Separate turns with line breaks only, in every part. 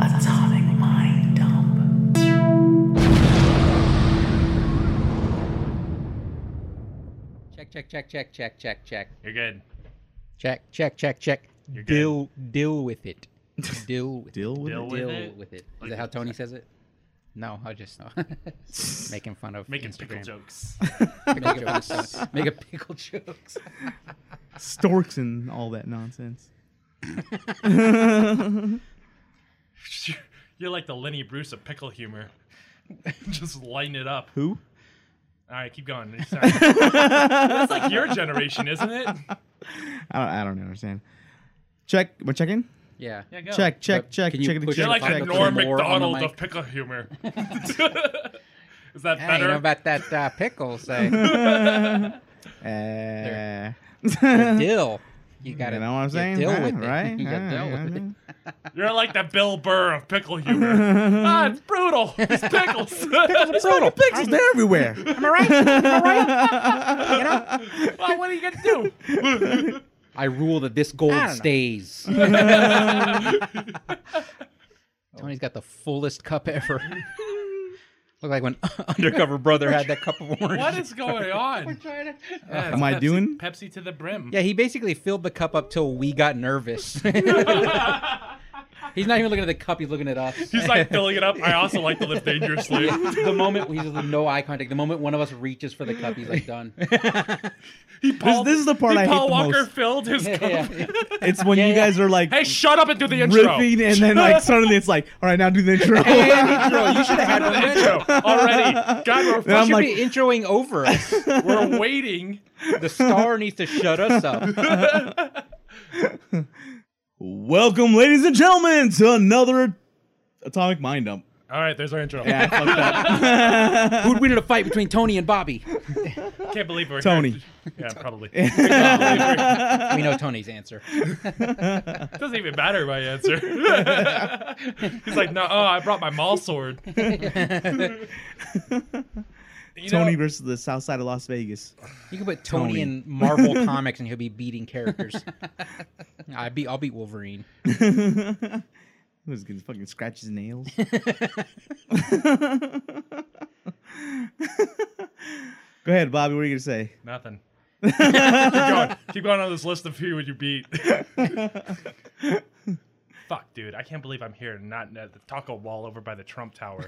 Atomic mind dump.
Check, check, check, check, check, check, check.
You're good.
Check, check, check, check.
You're good.
Deal, deal with it. Deal with
Deal with
Deal
it.
with
deal
it?
with it. Is
Like-
that how Tony says it? No, I just making fun of
Making pickle
Instagram.
jokes.
Pickle jokes. Make a pickle jokes.
Storks and all that nonsense.
You're like the Lenny Bruce of pickle humor. Just lighten it up.
Who?
All right, keep going. Sorry. That's like your generation, isn't it?
I don't, I don't understand. Check. We're checking.
Yeah.
Yeah, go.
Check. Check.
But
check.
can you
check. it,
push
You're
it
like
check,
Fuck
the
check,
up
Norm
more on the
McDonald
mic.
of pickle humor. Is that
I don't
better?
know about that uh, pickle. Say
Eh. check. Uh,
deal. You got to
You know what I'm saying?
Deal
Yeah,
with
right?
it. You gotta
Yeah,
deal
yeah,
with
yeah.
it.
You're like the Bill Burr of pickle humor. ah, it's brutal. It's pickles.
Brutal.
Pixels, they're everywhere.
Am I right? Am I right?
well, what are you gonna do?
I rule that this gold
don't know.
stays. Tony's got the fullest cup ever. Look like when Undercover Brother had that cup of orange.
what is going on? Yeah, it's
Am I
Pepsi-
doing?
Pepsi to the brim?
Yeah, he basically filled the cup up till we got nervous. he's not even looking at the cup; he's looking at us.
He's like filling it up. I also like to live dangerously.
the moment he's just no eye contact. The moment one of us reaches for the cup, he's like done.
Paul-
this is the part I hate
Paul
the
Walker
most.
filled his cup.
yeah,
It's when you guys are like
Hey, shut up and do the intro.
riffing, and then like suddenly it's like, all right, now do the intro.
intro. You should have had
The intro already. God, we're,
I'm
fucking-
like-
be introing over us.
we're waiting.
The star needs to shut us up.
Welcome, ladies and gentlemen, to another Atomic Mind Dump.
All right, there's our intro.
Yeah, fuck that.
Who'd win in a fight between Tony and Bobby?
Can't believe we're
Tony.
Here. Yeah, probably. Can't believe we're-
We know Tony's answer.
Doesn't even matter my answer. He's like, no, oh, I brought my mall sword. You know-
Tony versus the South Side of Las Vegas.
You can put Tony,
Tony.
in Marvel comics, and he'll be beating characters. I beat. I'll beat Wolverine.
He was gonna fucking scratch his nails. Go ahead, Bobby. What are you gonna say?
Nothing. keep going. Keep going on this list of who would you beat. Fuck, dude! I can't believe I'm here and not at the taco wall over by the Trump Tower.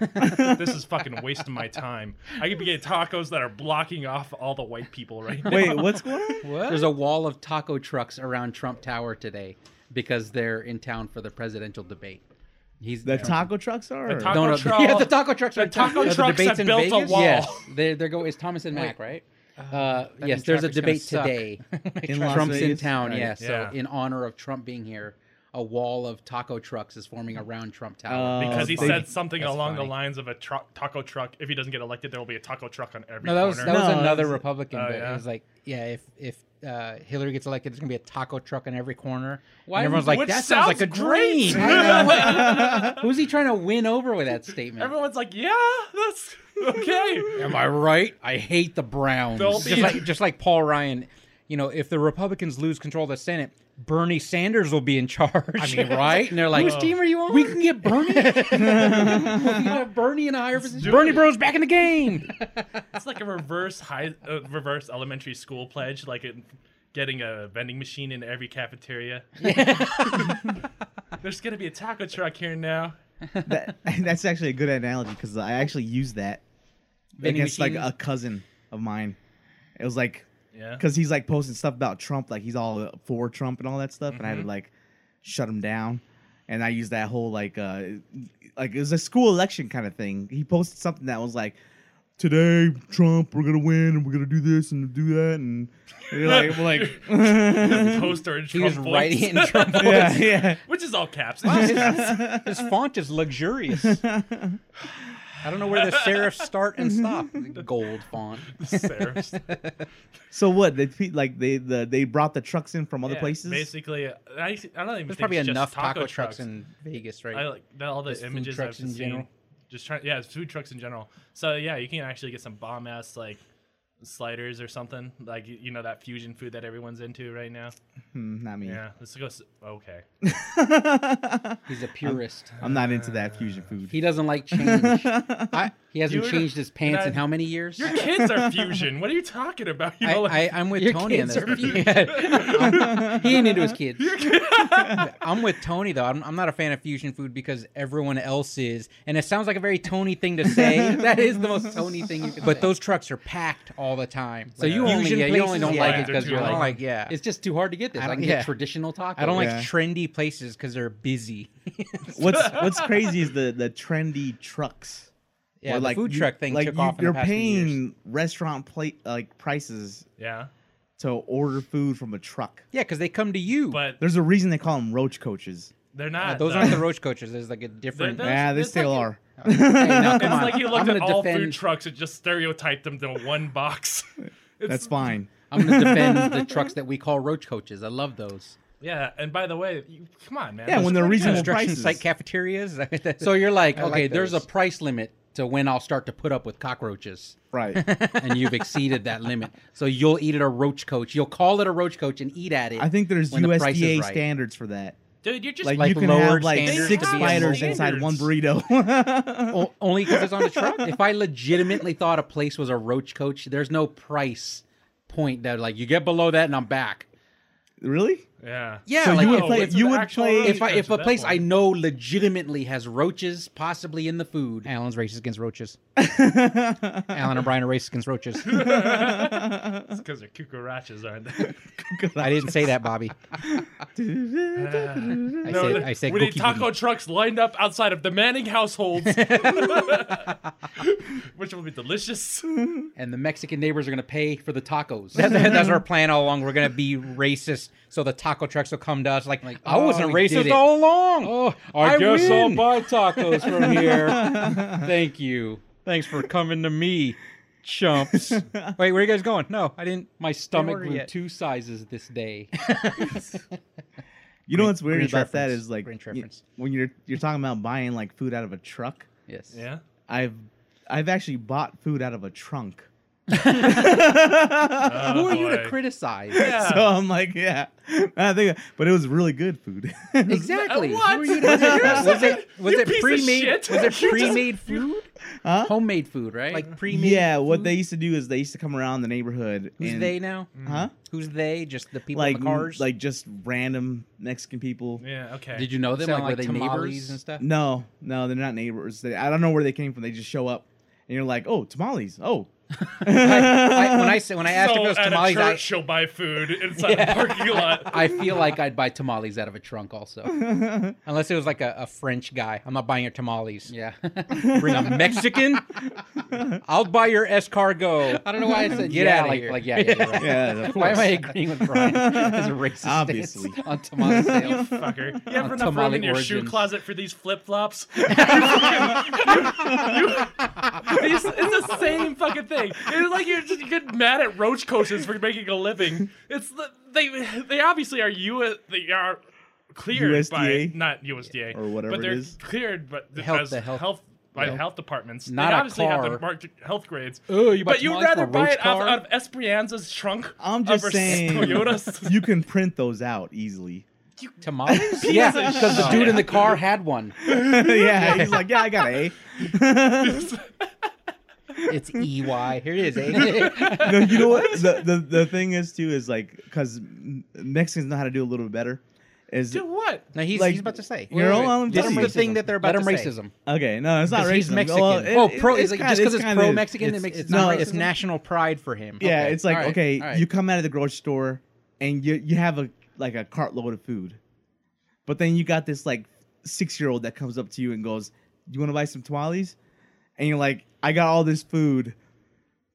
this is fucking wasting my time. I could be getting tacos that are blocking off all the white people right now.
Wait, what's going on?
There's a wall of taco trucks around Trump Tower today because they're in town for the presidential debate. He's
The taco trucks are.
The taco-
No, no,
truck-
yeah, the taco trucks.
the
are-
taco
the
trucks
debates
have
in
built a
Vegas?
wall.
Yes, they're, they're go. It's Thomas and Mack, right? Uh, yes,
means
there's a
traffic's gonna
debate
suck.
today.
In Las
Trump's in
Vegas?
town.
Right.
Yeah, so
Yeah.
in honor of Trump being here, a wall of taco trucks is forming around Trump Tower.
Oh,
because he
they-
said something
That's
along
funny.
the lines of a tru- taco truck. If he doesn't get elected, there will be a taco truck on every
No, that was
corner.
that was
No,
another
it's-
Republican.
Oh,
but
yeah?
it was like, yeah, if if uh, Hillary gets elected, there's gonna be a taco truck in every corner.
Why-
and everyone's like,
which
that sounds like a
sounds great."
dream. I know. Who's he trying to win over with that statement?
Everyone's like, yeah, that's okay.
Am I right? I hate the Browns.
They'll
Just
be-
like, just like Paul Ryan, you know, if the Republicans lose control of the Senate, Bernie Sanders will be in charge. I
mean, right?
And they're like,
Whose team
are you on? We can get Bernie. we can have Bernie in a higher position.
do it.
Bernie Bros back in the game.
It's like a reverse high, uh, reverse elementary school pledge, like it, getting a vending machine in every cafeteria. There's gonna be a taco truck here now.
That- that's actually a good analogy because I actually used that
Vending
against
machines?
like a cousin of mine. It was like
Yeah.
because he's like posting stuff about Trump, like he's all for Trump and all that stuff, and I
Mm-hmm.
would like shut him down. And I used that whole like uh like it was a school election kind of thing. He posted something that was like, "Today, Trump, we're gonna win, and we're gonna do this and do that," and you're like, like,
Poster and
He was
Trump
writing it
voice,
in Trump.
yeah, yeah.
which is all caps.
his, his font is luxurious. I don't know where the serifs start and stop. Gold font.
Serifs.
So what? They pe- like they the they brought the trucks in from other
Yeah,
places.
Basically, uh, I, I don't even
There's
think
probably
it's just
enough
taco,
taco, trucks in Vegas, right?
I like that, all the
Just food
images I've
trucks in
seen.
general.
Just trying, yeah, it's food trucks in general. So yeah, you can actually get some bomb ass like sliders or something like you you know that fusion food that everyone's into right now.
Hmm, not me.
Yeah, this goes okay.
He's a purist.
I'm not into that fusion food.
he doesn't like change.
I,
He hasn't
You were-
changed his pants
I-
in how many years?
Your kids are fusion. What are you talking about? You
I,
know,
I,
like-
I'm with
Your
Tony on
kids
this.
are fusion.
Yeah. he ain't into his kids. I'm with Tony though. I'm, I'm not a fan of fusion food because everyone else is, and it sounds like a very Tony thing to say.
that is the most Tony thing you can
But
say.
those trucks are packed all the time.
So you
Fusion
only- yeah,
places,
you only don't
yeah,
like
I
it
don't
'cause you're
like- I don't
like-
like yeah.
it's just too hard to get this.
I
I,
don't-
can
yeah.
get traditional tacos.
I don't
Yeah.
like trendy places because they're busy.
what's What's crazy is the the trendy trucks.
yeah,
Or,
the food
you-
truck thing
like
took
you,
off. In
You're
the past few
paying
years.
restaurant plate like prices
yeah,
to order food from a truck.
Yeah, because they come to you.
but
There's a reason they call them roach coaches.
they're
Uh,
not.
those
though.
aren't the roach coaches. There's like a different.
They're-
yeah, they
it's
still
like-
are.
Hey, now, come
It's
on.
like you
I'm
looked
gonna
at all food
defend.
trucks and just stereotyped them to one box. It's,
That's fine.
I'm going to defend the trucks that we call roach coaches. I love those.
yeah. And by the way, you, come on, man.
Yeah,
Those
when they're
pretty
reasonable
good.
construction
prices.
site cafeterias.
So you're like,
I
okay,
like
there's a
those.
price limit to when I'll start to put up with cockroaches,
Right.
and you've exceeded that limit. So you'll eat at a roach coach. You'll call it a roach coach and eat at it.
I think there's
when the price is
USDA
right.
standards for that.
dude, you're just
Like,
Like
you can
lower
have like
standards
six
to be
spiders
lower
inside one
standards.
burrito.
O- only because it's on the truck. If I legitimately thought a place was a roach coach, there's no price point that like you get below that and I'm back.
really?
yeah. oh,
Yeah,
So
like
you would
if,
play-
if,
you would play-
if I, if a place I know legitimately has roaches, possibly in the food.
Alan's racist against roaches. Alan and Brian are racist against roaches.
because they're cucarachas, aren't they?
I didn't say that, Bobby. I
No,
said
the-
I said
we need
gookie
taco
booty.
trucks lined up outside of demanding households, which will be delicious.
and the Mexican neighbors are gonna pay for the tacos.
That's, that's our plan all along. We're gonna be racist, so the taco trucks will come to us. Like, I wasn't
oh, we did
racist
it."
all along.
oh, I, guess I'll
win.
buy tacos from here. Thank you.
Thanks for coming to me, chumps. Wait, where are you guys going? No, I didn't.
My stomach
order
grew
yet.
two sizes this day.
You know what's weird
Grinch
about that
reference.
is like
Grinch
y-
reference.
when you're you're talking about buying like food out of a truck.
Yes.
Yeah.
I've I've actually bought food out of a trunk.
Oh,
Who are you to
boy.
criticize?
Yeah.
So I'm like, yeah, I think, but it was really good food.
Exactly.
Uh, what?
Who are you to criticize? Was it was
You
it
piece of
pre-made?
shit.
Was it
You just-
pre-made food?
Huh?
Homemade food, right?
Like pre-made.
yeah, what they used to do is they used to come around the neighborhood.
Who's
and,
they now?
Huh?
Who's they? Just the people
Like
in the cars.
like just random Mexican people.
Yeah. Okay.
Did you know them?
Sound
like were they
tamales
neighbors
and stuff?
No, no, they're not neighbors. They, I don't know where they came from. They just show up, and you're like, oh, tamales. Oh,
I, I, when I say when I asked
so
if it was
at
tamales,
a
I,
church, she'll buy food inside the parking lot.
I feel like I'd buy tamales out of a trunk also.
unless it was like a, a French guy, I'm not buying your tamales.
Yeah.
Bring a Mexican. I'll buy your escargot.
I don't know why I said
Get
yeah,
outta
like,
here.
Like, yeah, yeah, you're right.
yeah, of
Why
course.
am I agreeing with Brian? His racist stance
Obviously.
on tamale sales.
Fucker. You have enough room
tamale
in your shoe
origins.
closet for these flip flops? it's, it's the same fucking thing. It's like you're just you get mad at roach coaches for making a living. It's the, they they obviously are you they are cleared by
USDA?
not USDA
Or whatever
but
it
they're
is.
cleared but
Health-
as
the health-
health by
health-
health departments.
Not
they
a
obviously have
car.
the marked health grades.
Oh, you bought
but you'd
tamales from a
rather buy
roach
it out,
car?
out of Esperanza's trunk
I'm just
over
saying,
Toyota's.
you can print those out easily.
Tamales?
Yeah, because
Oh,
the dude in the car had one.
yeah, he's like, yeah, I got eh?" an A.
It's EY. Here it is. eh?
no, you know what? The, the the thing is too is like because Mexicans know how to do a little bit better. Is
Do what?
No, he's,
Like,
he's about to say.
you're all on
This
let
is
him
the thing that they're about
Let him
to say.
racism.
okay? No, it's not
Because
racist.
he's Mexican.
Well, it-
Oh, pro- is it
kinda-
just 'cause it's
kinda is.
pro-Mexican, it makes it
It's
not
not.
racism?
It's national pride for him.
Yeah,
Okay,
it's like
alright,
okay,
alright.
you come out of the grocery store and you you have a like a cartload of food, but then you got this like six year old that comes up to you and goes, "You want to buy some tamales?" And you're like, "I got all this food,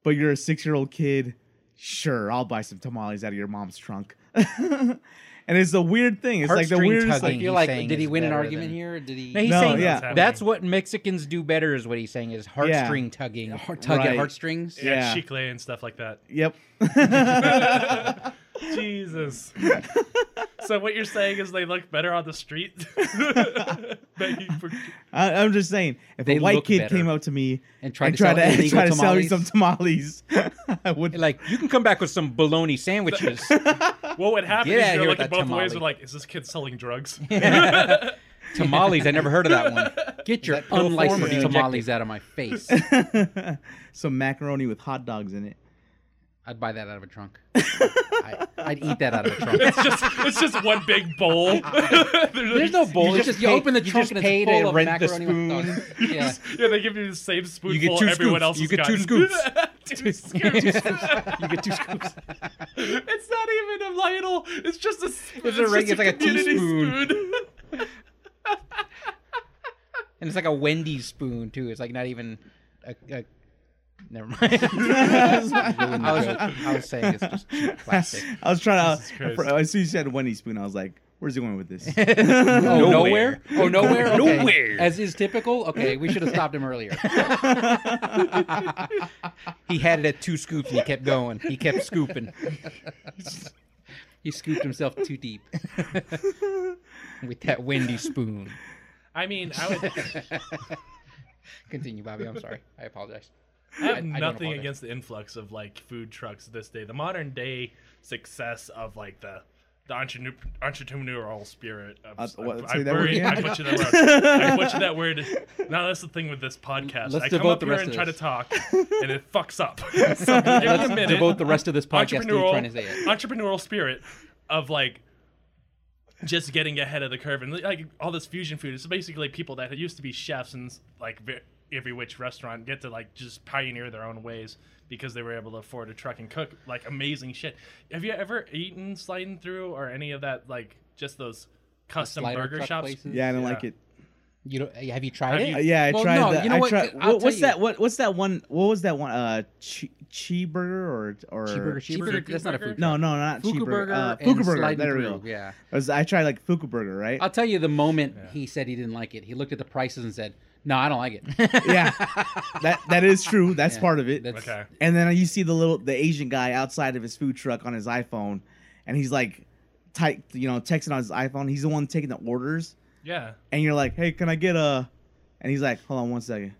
but you're a six year old kid. Sure, I'll buy some tamales out of your mom's trunk." and it's a weird thing. It's like the
Heartstring tugging.
weirdest. Like,
I feel
He's
like,
saying
did he
is
win an
better
argument
than-
here? Did he?
No, he's
No,
saying
yeah.
that's, what Mexicans do better is what he's saying is heartstring tugging.
tug
Right.
at heartstrings.
Yeah,
Yeah.
Chicle and stuff like that.
yep.
Jesus. So what you're saying is they look better on the street? Begging for-
I, I'm just saying, if
They
a white
look
kid
better.
came up to me
And tried
and
to
tried
sell
to,
illegal
tried to sell me
tamales?
some tamales, I would
Like you can come back with some bologna sandwiches.
What would happen
Get
is
outta here
you're
with
looking
that
both
tamale.
ways and like, is this kid selling drugs?
tamales. I never heard of that one.
Get your
pill form
unlicensed
would be
tamales out of my face.
some macaroni with hot dogs in it.
I'd buy that out of a trunk. I, I'd eat that out of a trunk.
it's just it's just one big bowl.
There's no bowl. It's just you
pay-
open the
you
trunk
just
and
pay
it's
to
full of
rent the
macaroni with sauce. Yeah.
Yeah, they give you the same spoonful
get two
everyone
scoops.
else
You
has
get two
gotten. two scoops.
You get two scoops.
It's not even a Lionel. It's just a spoon.
It's a
just
ring- it's like a
community
teaspoon.
spoon.
And it's like a Wendy's spoon too. It's like not even a, a never mind. I was I was saying it's just cheap plastic.
I was trying
Jesus
to.
Christ.
for- As soon as you said Wendy spoon, I was like, "Where's he going with this?"
Oh,
nowhere.
nowhere. Oh, nowhere. Okay.
Nowhere. As is typical. Okay, we should have stopped him earlier.
He had it at two scoops and he kept going. He kept scooping.
He scooped himself too deep.
with that Wendy spoon.
I mean, I would.
Continue, Bobby. I'm sorry. I apologize.
I have
I don't
nothing
apologize.
against the influx of like food trucks this day. The modern day success of like the the entrepreneur, entrepreneurial spirit. Of,
Uh, what,
I,
say
I,
that word
buried-
again?
I butchered that word. I butchered that word. Now that's the thing with this podcast.
Let's
I come
devote
up
the
here
rest
and
of
try to
this.
talk, and it fucks up. so give it a minute.
Devote the rest of this podcast to trying to say
entrepreneurial,
it.
entrepreneurial spirit of like just getting ahead of the curve and like all this fusion food it's basically people that used to be chefs and like ve- every which restaurant get to like just pioneer their own ways because they were able to afford a truck and cook like amazing shit have you ever eaten sliding through or any of that like just those custom
slider
burger
truck
shops
places?
yeah, I don't
Yeah.
like it.
You don't, have you tried
Have
it?
you-
Uh, Yeah, I
Well,
tried
no,
that.
you know
I
what?
tried-
I'll
what- what's
tell you.
that? What, what's that one? What was that one? Uh, che- cheeseburger or or
Cheeseburger, cheeseburger. That's not a food.
No, no, not
Fuku
cheeseburger.
burger.
Uh,
and
Fuku burger.
sliding
There we
through,
go.
Yeah.
I was- I tried like Fuku burger, right?
I'll tell you the moment he said he didn't like it. He looked at the prices and said, "No, I don't like it."
yeah, that that is true. That's
Yeah,
part of it.
that's-
okay
And then you see the little the Asian guy outside of his food truck on his iPhone, and he's like, type you know texting on his iPhone. He's the one taking the orders,
yeah
and you're like, hey, can I get a? And he's like, hold on one second.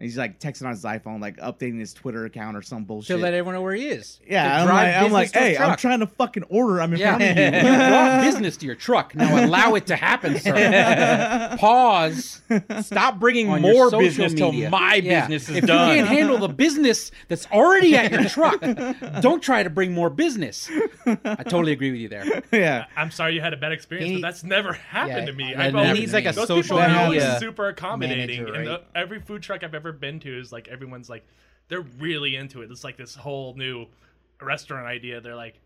And he's like texting on his iPhone, like updating his Twitter account or some
to
bullshit.
let everyone know where he is. To
yeah, I'm
drive
like, I'm like,
business to his
hey, I'm
truck."
trying to fucking order. I'm in
Yeah.
front of you.
you brought business to your truck. Now allow it to happen, sir. Pause.
Stop bringing
on your
more
social
business till
media.
my
Yeah.
business is
if
done.
you can't handle the business that's already at your truck, don't try to bring more business. I totally agree with you there.
yeah.
I'm sorry you had a bad experience,
He-
but that's never happened
Yeah,
to me.
that
I've
never
always,
He needs, like, a
those
social
people are
media
always super accommodating,
manager,
and the,
right?
every food truck I've ever been to is like everyone's like they're really into it. It's like this whole new restaurant idea. They're like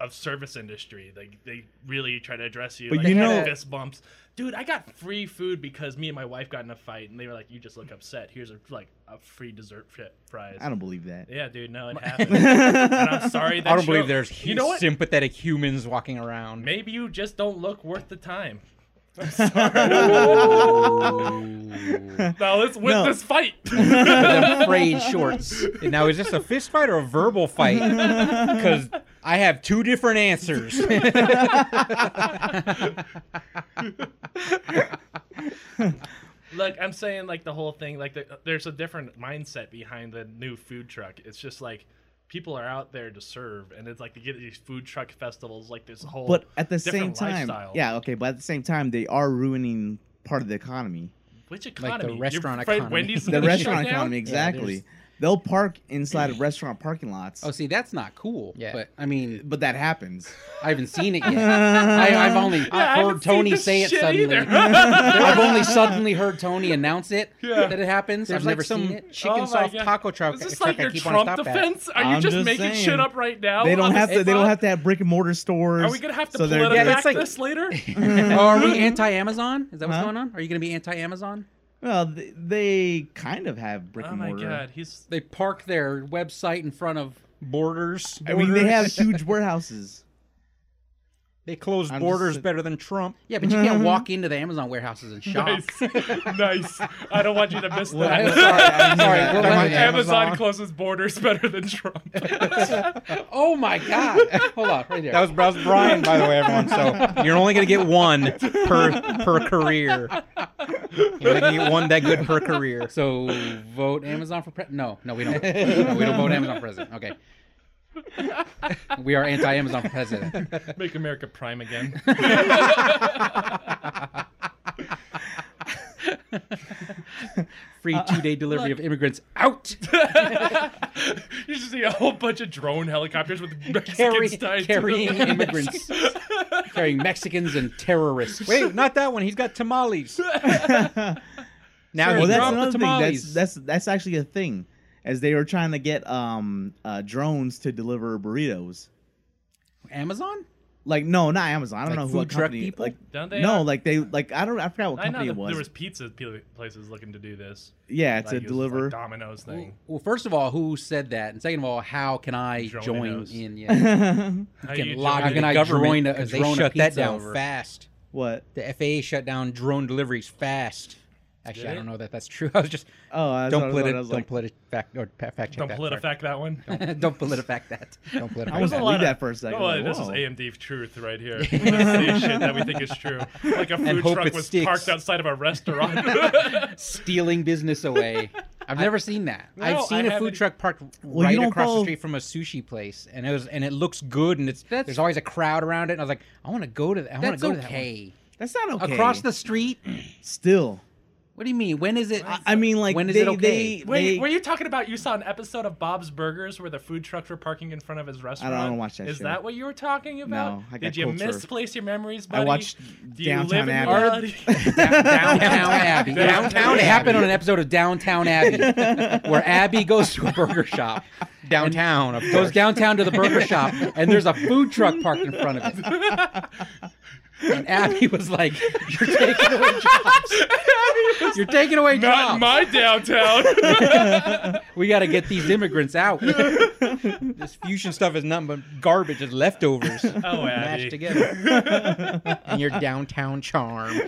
of service industry. Like they really try to address you.
But
like,
you
have
know-
fist bumps, dude. I got free food because me and my wife got in a fight, and they were like, "You just look upset. Here's a like a free dessert fi- fries."
I don't believe that.
Yeah, dude. No, it happened. and I'm sorry. That
I don't
show-
believe there's
You know what?
sympathetic humans walking around.
Maybe you just don't look worth the time. Now let's win
No.
this fight.
them frayed shorts. Now, is this a fist fight or a verbal fight? Because I have two different answers.
Look, I'm saying like the whole thing. Like the, there's a different mindset behind the new food truck. It's just like people are out there to serve, and it's like to get these food truck festivals. Like this whole
But at the same
different
time,
lifestyle.
yeah, okay. But at the same time, they are ruining part of the economy.
Which
the
economy? You're
restaurant
afraid
economy.
Wendy's
the restaurant economy exactly.
there's-
They'll park inside of restaurant parking lots,
Oh, see, that's not cool.
Yeah.
But I mean,
but that happens.
I haven't seen it yet. I, I've only heard Tony say it suddenly. I've only suddenly heard Tony announce it
Yeah.
that it happens.
There's
I've
like
never
some
seen it.
chicken
Oh my
soft
God.
taco truck.
Is this
truck
like
I
your
keep wanna
Trump
stop at.
defense? Are you
I'm
just
just
making
saying.
shit up right now?
They
on
don't
the
have to. They
spot?
don't have to have brick and mortar stores.
Are we gonna have to
so they're-
political
Yeah, it's
back
like-
this later?
Oh, are we anti-Amazon? Is that what's
Huh?
going on? Are you going to be anti-Amazon?
Well, they, they kind of have brick
oh
and
my
mortar.
god, he's
They park their website in front of
Borders.
I mean, they have
borders.
huge warehouses.
They closed
I'm just
borders
sit-
better than Trump.
Yeah, but you can't walk into the Amazon warehouses and shop.
Nice, nice. I don't want you to miss
I'm
that.
sorry, I'm sorry.
Yeah.
We're
Am I-
running out.
Amazon,
Amazon.
closes borders better than Trump.
Oh my god! Hold on, right there.
That was, that was Brian, by the way, everyone. So you're only gonna get one per per career. You're only gonna get one that good per career.
so vote Amazon for president. No, no, we don't. No, we don't vote Amazon for president. Okay. We are anti-Amazon for president.
Make America prime again.
Free two-day delivery of immigrants out.
you should see a whole bunch of drone helicopters with Mexican
Carry,
stars.
carrying immigrants, carrying Mexicans and terrorists.
Wait, not that one. He's got tamales. Now
Well,
he
that's
dropped the
another thing. That's
tamales.
that's that's actually a thing, as they were trying to get um uh, drones to deliver burritos.
Amazon?
Like no, not Amazon. I don't
Like
know
food
what
truck
company.
people?
Like
Don't they
no,
have-
like they like I don't. I forgot what
I know
company
that
it was.
there was pizza pe- places looking to do this.
yeah,
Like,
to
it was
deliver.
like Domino's thing.
Well, first of all, who said that? And second of all, how can I
Drone
join
knows.
in? Yeah.
How
can
you
log
join
in
it?
I
government
joined a-
'cause
drone
they
a
shut that
pizza
down
over.
fast.
what?
The FAA shut down drone deliveries fast. Actually,
Did
I
it?
don't know that that's true. I was just
Oh, I was- I
don't
was-
polit
I was
don't
like-
polit fact or pa- fact check
Don't
that. sorry.
politifact that one.
Don't politifact that.
Don't polit
I was
There's a
at
lot
leave
of-
that for a second.
Oh,
like,
this is
whoa.
AMD truth right here. Let's see shit that we think is true. Like a food
hope
truck
it
was
sticks.
parked outside of a restaurant.
Stealing business away. I've never seen that.
No,
I've seen
I
a food
haven't-
truck parked
Well, you
right
don't
across
follow-
the street from a sushi place, and it was and it looks good, and it's
That's-
there's always a crowd around it, and I was like, I want to go to that. I want to
That's
go to
okay.
That's not okay.
Across the street?
still.
What do you mean? When is it?
I mean, like
when is
they,
it okay?
They,
Wait,
they-
were you talking about you saw an episode of Bob's Burgers where the food trucks were parking in front of his restaurant?
I don't watch that
Is
show.
that what you were talking about?
No, I got
Did you
culture.
misplace your memories, buddy?
I watched
Do you live
Downtown
in
Abbey.
reality?
Downtown Abbey.
Downtown Abbey.
It happened on an episode of Downtown Abbey, where Abby goes to a burger shop,
downtown. Of
goes
course.
downtown to the burger shop, and there's a food truck parked in front of it. And Abby was like, "You're taking away jobs. You're taking away
Not
jobs.
in my downtown.
we got to get these immigrants out."
this fusion stuff is nothing but garbage, it's leftovers
oh,
mashed
Abby.
together, and your downtown charm.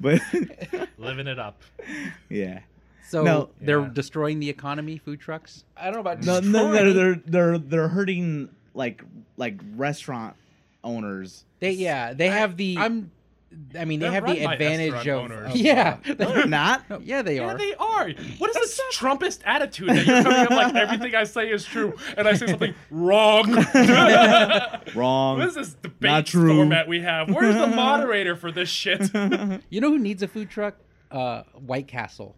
but
Living it up.
yeah.
So
No.
they're
Yeah.
destroying the economy. Food trucks.
I don't know about
No, no, they're they're they're they're hurting like like restaurant owners.
They yeah, they have the.
I'm.
I mean, they
They're
have the
run by
advantage
restaurant
of,
owners.
of-
Yeah.
They're not.
Yeah, they
Yeah,
are.
they are. What is this Trumpist attitude that you're coming up like everything I say is true and I say something wrong? what
Wrong.
is this debate
Not true.
format we have? Where's the moderator for this shit?
You know who needs a food truck? Uh, White Castle,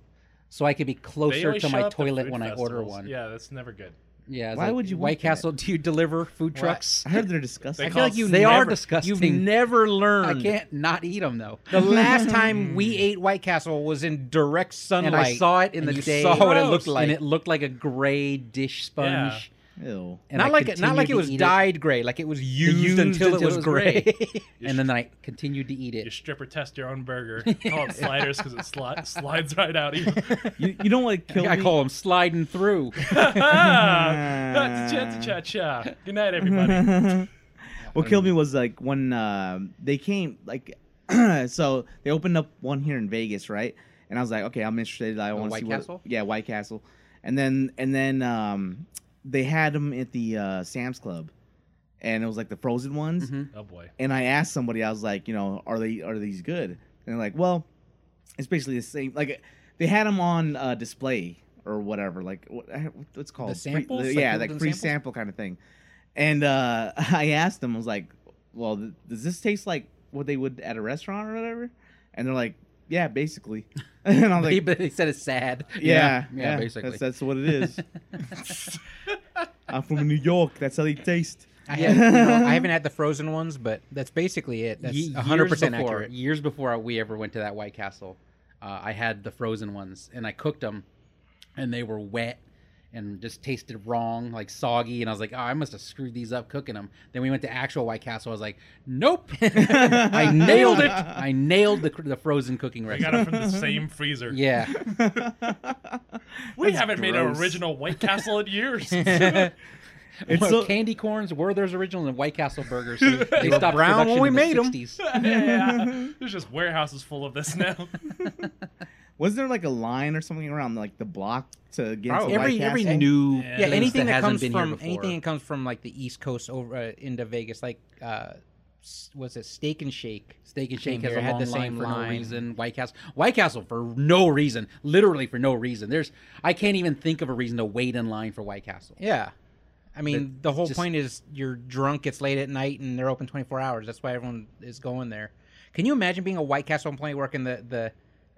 so I can be
They
closer
always
to
show
my
up at
toilet
food
when I order
festivals.
one.
Yeah, that's never good.
Yeah, it's
Why
like,
would you
White
want that?
Castle? Do you deliver food trucks?
I heard they're disgusting.
They
I feel like
call
you
They are
never- You've
disgusting.
never learned.
I can't not eat them though.
The last time we ate White Castle was in direct sunlight.
and I saw it in
and
the
you
day.
Saw what it looked
Gross.
like.
and it looked like a gray dish sponge.
Ew.
And
not
I
like it, not
continued
like it
to
was
eat
dyed gray. Like it was used,
used
until, it was gray.
and then I continued to eat
You
it.
stripper test your own burger. Call it sliders because it sli- slides right out. Even.
You you don't want to kill
I
me.
call them sliding through.
ah, that's cha cha cha. Good night, everybody.
what killed
Um,
me was like when uh, they came like so they opened up one here in Vegas, right? And I was like, okay, I'm interested. I want to
White
see
Castle?
what. Yeah, White Castle. And then and then um, they had them at the uh, Sam's Club, and it was like the frozen ones.
Mhm.
Oh boy.
And I asked somebody, I was like, you know, are they are these good? And they're like, well, it's basically the same. Like they had them on uh, display or whatever. Like what, what's it called
The
Free-
samples? Like
yeah,
the-
like
the
free
samples?
sample kind of thing. And uh, I asked them, I was like, well, th- does this taste like what they would at a restaurant or whatever? And they're like, yeah, basically. and I'm like,
But they said it's sad.
yeah,
yeah,
yeah,
basically.
that's, that's what it is. I'm from New York. That's how they taste.
I,
Yeah.
have, you know, I haven't had the frozen ones, but that's basically it. That's
Ye-
a hundred
years
percent
before-
accurate.
Years before we ever went to that White Castle, uh, I had the frozen ones, and I cooked them, and they were wet and just tasted wrong, like soggy. And I was like, "Oh, I must have screwed these up cooking them." Then we went to actual White Castle. I was like, "Nope, I nailed it. I nailed the, the frozen cooking
I got it
recipe."
from the same freezer.
Yeah,
we haven't made an
gross.
original White Castle in years.
It's
Well,
so-
candy corns, Werther's originals, and White Castle burgers. So they
were
stopped
brown when
production
we
in
made
the
'em.
60s.
yeah, there's just warehouses full of this now.
Wasn't there like a line or something around like the block to get into
Probably.
White
Every every
Castle?
new
Yeah.
yeah,
place
anything that,
hasn't
comes
been
from
here before.
anything that comes from like the East Coast over uh, into Vegas, like uh, s- was it Steak and Shake?
Steak and
came
Shake has
here,
a
had
long
the
line
same
for
line.
no reason. White Castle, White Castle for no reason, literally for no reason. There's I can't even think of a reason to wait in line for White Castle.
Yeah, I mean
That-
the whole
just-
point is you're drunk. It's late at night and they're open 24 hours. That's why everyone is going there. Can you imagine being a White Castle employee working the the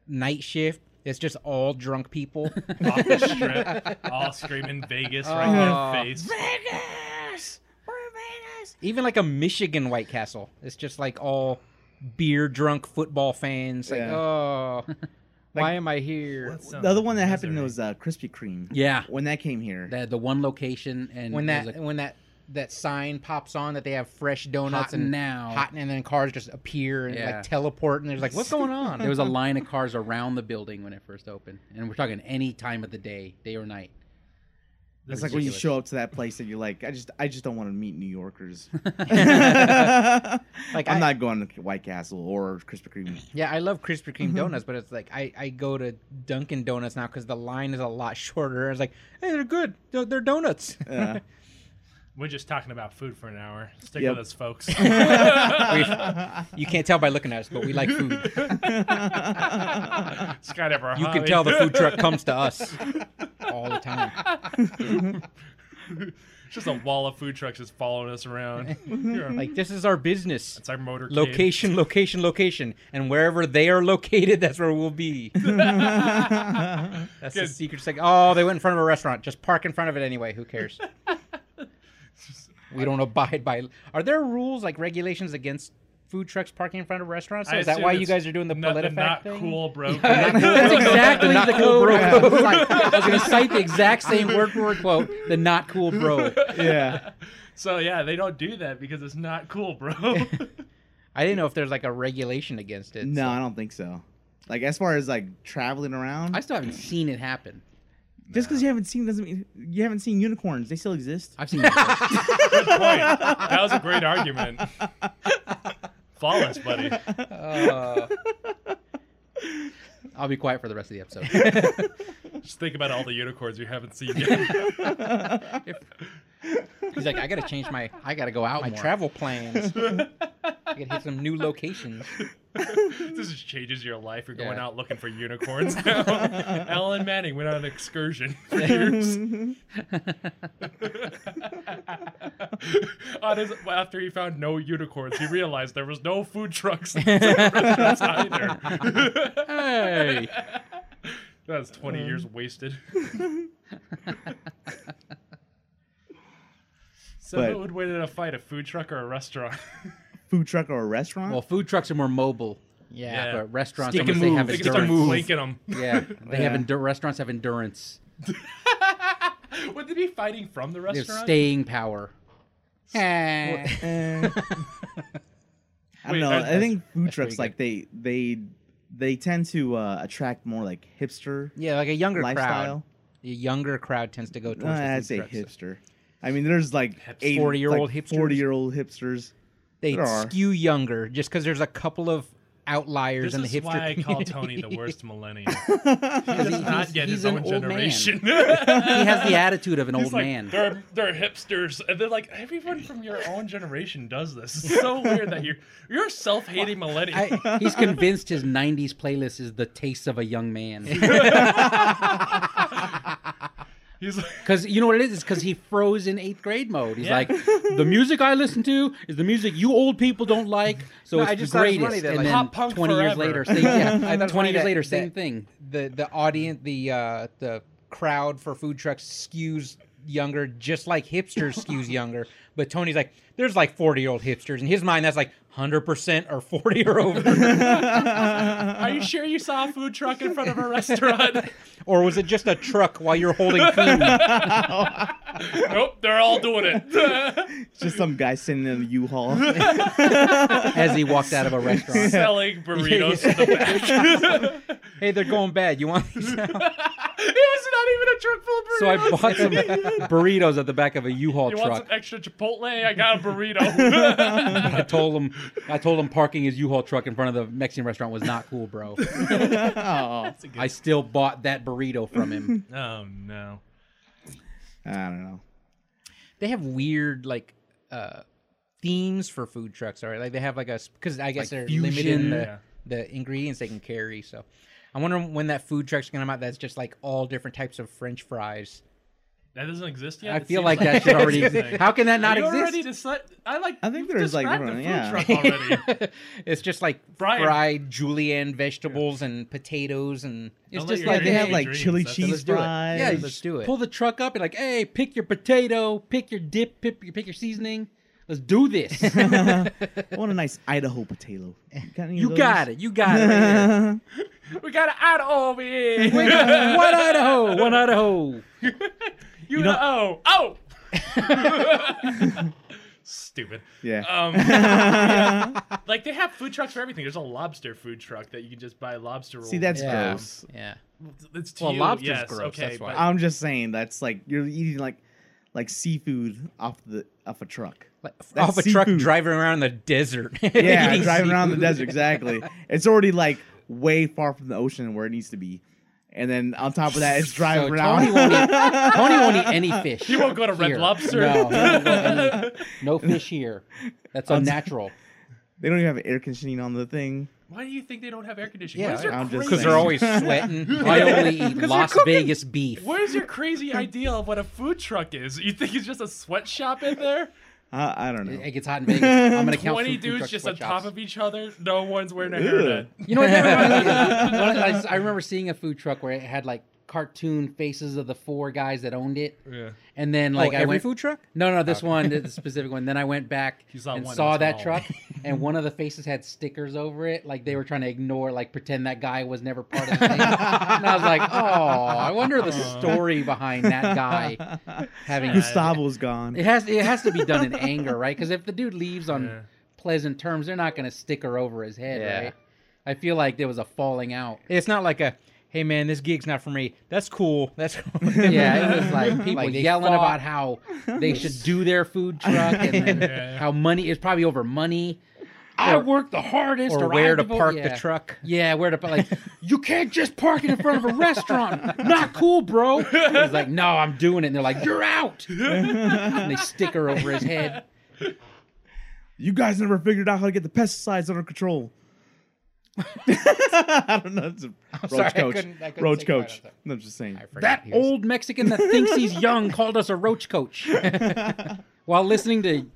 night shift? It's just all drunk people.
Off the strip, all screaming Vegas right
Oh.
in your face.
Vegas! We're in Vegas!
Even like a Michigan White Castle. It's just like all beer drunk football fans. Like,
Yeah.
oh, why am I here?
That sounds
The other one that
like
happened
misery.
was uh, Krispy Kreme.
Yeah,
When that came here.
they had the one location and
When
there's
that
a
when that that sign pops on that they have fresh donuts
hot
and
now
hot and then cars just appear and
Yeah.
like teleport and there's like what's going on?
there was a line of cars around the building when it first opened, and we're talking any time of the day, day or night.
It's like when you
ridiculous.
show up to that place and you're like, I just, I just don't want to meet New Yorkers. like I'm
I-
not going to White Castle or Krispy Kreme. Mm-hmm.
Yeah, I love Krispy Kreme donuts, but it's like I, I go to Dunkin' Donuts now because the line is a lot shorter. It's like, hey, they're good. They're, they're donuts.
Uh,
We're just talking about food for an hour. Stick
Yep.
with us, folks.
you can't tell by looking at us, but we like food.
it's kind of our
You can
hobby.
tell the food truck comes to us all the time.
It's just a wall of food trucks just following us around. You're-
Like this is our business.
it's our motorcade.
Location, location, location, and wherever they are located, that's where we'll be. That's the
Good.
secret. It's like, oh, they went in front of a restaurant. Just park in front of it anyway. Who cares? we don't abide by. Are there rules like regulations against food trucks parking in front of restaurants? So
I
is that
assume
why you
it's
guys are doing the
not, the
PolitiFact
not
thing?
cool, bro.
That's exactly the,
not cool
code.
bro
I
code.
was, like- I was gonna cite the exact same word for word quote, the not cool bro.
yeah.
So yeah, they don't do that because it's not cool, bro.
I didn't know if there's like a regulation against it.
No,
so-
I don't think so. Like as far as like traveling around,
I still haven't seen it happen.
just because you haven't seen doesn't mean you haven't seen unicorns. They still exist.
I've seen it.
Good point. That was a great argument. Flawless, buddy.
Uh,
I'll be quiet for the rest of the episode.
Just think about all the unicorns you haven't seen yet.
he's like, I gotta change my
I gotta go out
my
more.
travel plans. I gotta hit some new locations.
this just changes your life. You're going
Yeah.
out looking for unicorns now. Alan Manning went on an excursion for years. on his, after he found no unicorns, he realized there was no food trucks in the restaurants either.
Hey,
That's 20
Uh.
years wasted. so
But-
who would win in a fight, a food truck or a restaurant?
Food truck or a restaurant.
well, food trucks are more mobile.
Yeah.
but restaurants,
Stick
I'm gonna
and
say,
move.
have
they can
Stick
start
endurance.
move.
flanking them.
Yeah, they have
Yeah.
endu- restaurants have endurance.
Would they be fighting from the
They have
restaurant?
staying power. Eh.
Eh. I
Wait,
don't know.
that-
uh,
I think food
that's pretty
trucks like they they they tend to uh, attract more like hipster
Yeah, like a younger crowd.
lifestyle.
The younger crowd tends to go towards
Uh,
the
Ah,
I'd
food
say
trucks.
hipster. I mean, there's like
40-year-old hipsters?
forty year old hipsters.
They
There are.
skew younger just because there's a couple of outliers
This
in the
is
hipster
why I call
community.
Tony the worst millennial. He
Because
does
he-
not
he's-
get
he's
his
an
own
old man.
generation.
he has the attitude of an
He's
old
like,
man.
They're they're hipsters, and they're like everyone from your own generation does this. It's so weird that you're you're a self-hating millennial.
I- he's convinced his '90s playlist is the taste of a young man.
He's like,
Because you know what it is? It's because he froze in eighth grade mode. He's
Yeah.
like, the music I listen to is the music you old people don't like, so
No,
it's
I just
the
thought it was
greatest.
funny that,
and
like,
then
Pop punk
twenty years
forever.
later, same, yeah,
I thought it was
twenty
funny
years
that-
later, same
that-
thing.
the the audience the uh the crowd for food trucks skews younger just like hipsters skews younger but tony's like there's like 40 year old hipsters in his mind that's like 100% or 40 or over
are you sure you saw a food truck in front of a restaurant?
or was it just a truck while you're holding food
nope, they're all doing it.
Just some guy sitting in a U-Haul.
As he walked out of a restaurant,
Selling burritos in the back.
hey they're going bad you want these now?
was
So
not
I
even a truck full
bought
of
some
burritos.
burritos at the back of a U-Haul
You want
truck.
some extra Chipotle? I got a burrito.
I told him, I told him parking his U-Haul truck in front of the Mexican restaurant was not cool, bro.
oh,
I still bought that burrito from him.
oh no.
I don't know.
They have weird like uh themes for food trucks, all right? Like they have like a because I guess they're
Like
limited in
fusion.
the,
Yeah.
the ingredients they can carry. So I'm wondering when that food truck's gonna come out. That's just like all different types of French fries.
That doesn't exist yet.
I
It
feel
seems
like that should already.
it's
exist.
like-
How can that not
you
exist?
already decide. I like.
I think
you've
there's, like,
described the
everyone-
food
yeah.
truck already.
it's just like
Brian-
fried julienne vegetables and potatoes and it's
Don't let
just
your
like
Yeah, they have
Hey,
like
dreams,
chili
that's- So
cheese
let's do it.
fries.
Yeah,
you
let's
just
do it.
Pull the truck up and like, hey, pick your potato, pick your dip, pick your, pick your seasoning. Let's do this.
I want a nice Idaho potato. Got any of
you
those?
got it. You got it. right here.
we got an Idaho over here.
Wait, one Idaho, one Idaho.
you
know-
know. Oh. Oh. Stupid.
yeah.
Um, yeah.
Um,
Like they have food trucks for everything. There's a lobster food truck that you can just buy lobster rolls.
See, that's
Yeah.
gross.
yeah.
it's to
Well,
you,
lobster's
yes,
gross,
Okay,
that's why.
but-
I'm just saying that's like you're eating like like seafood off the off a truck.
Like,
That's
off a truck
seafood.
driving around the desert.
Yeah,
Eating
driving around the
seafood.
desert. Exactly. It's already like way far from the ocean where it needs to be. And then on top of that, it's driving
So
around.
Tony won't, eat, Tony won't eat any fish.
you won't go to Red
here.
Lobster.
No, he won't go any- no fish here. That's unnatural.
they don't even have air conditioning on the thing.
Why do you think they don't have air conditioning?
Yeah,
Where's your
I'm just
crazy-
because they're always sweating.
I only eat
they're
Las
cooking.
Vegas beef.
Where's your crazy idea of what a food truck is? You think it's just a sweatshop in there?
I, I don't
It
know.
it gets hot in Vegas. I'm gonna count
Twenty
food- food
dudes
truck
just on
sweatshops.
top of each other. No one's wearing a
Ew.
hairnet.
You know what? That reminded me of? One of- I, s- I remember seeing a food truck where it had like cartoon faces of the four guys that owned it,
Yeah.
and then
Like
like I
Oh, every
went.
food truck.
no, no, this one, the specific one. Then I went back
You saw
and
one,
saw
that's
that
all.
truck, and one of the faces had stickers over it, like they were trying to ignore, like pretend that guy was never part of the thing. and I was like, oh, I wonder the
Aw.
story behind that guy having.
Gustavo's gone.
It has it has to be done in anger, right? Because if the dude leaves on
Yeah.
pleasant terms, they're not going to stick her over his head,
Yeah.
right? I feel like there was a falling out.
It's not like a, hey man, this gig's not for me. That's cool. That's cool.
Yeah, it was like people
Like, they
yelling
fought.
about how they should do their food truck and then
Yeah.
how money is probably over money. I work the hardest,
or where
I
to
devote-
park
yeah.
the truck.
Yeah, where to park? Like, you can't just park it in front of a restaurant. Not cool, bro. He's like, no, I'm doing it. And they're like, you're out. And they stick her over his head.
You guys never figured out how to get the pesticides under control. I don't know. It's a Roach
sorry, I
coach.
couldn't- I couldn't
Roach
think about
coach.
it.
No, I'm just saying.
That old Mexican that thinks he's young called us a roach coach while listening to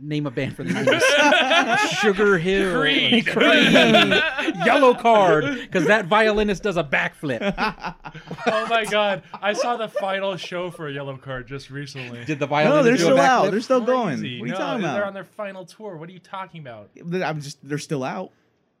name a band for the 90s.
Sugar Hill.
Creed.
Yellow card because that violinist does a backflip.
Oh my god! I saw the final show for Yellow Card just recently.
Did the
No,
violinist do a
they're still out.
backflip?
They're still going. What are
Crazy.
you
No,
talking
They're on
about?
their final tour. What are you talking about?
I'm just. They're still out.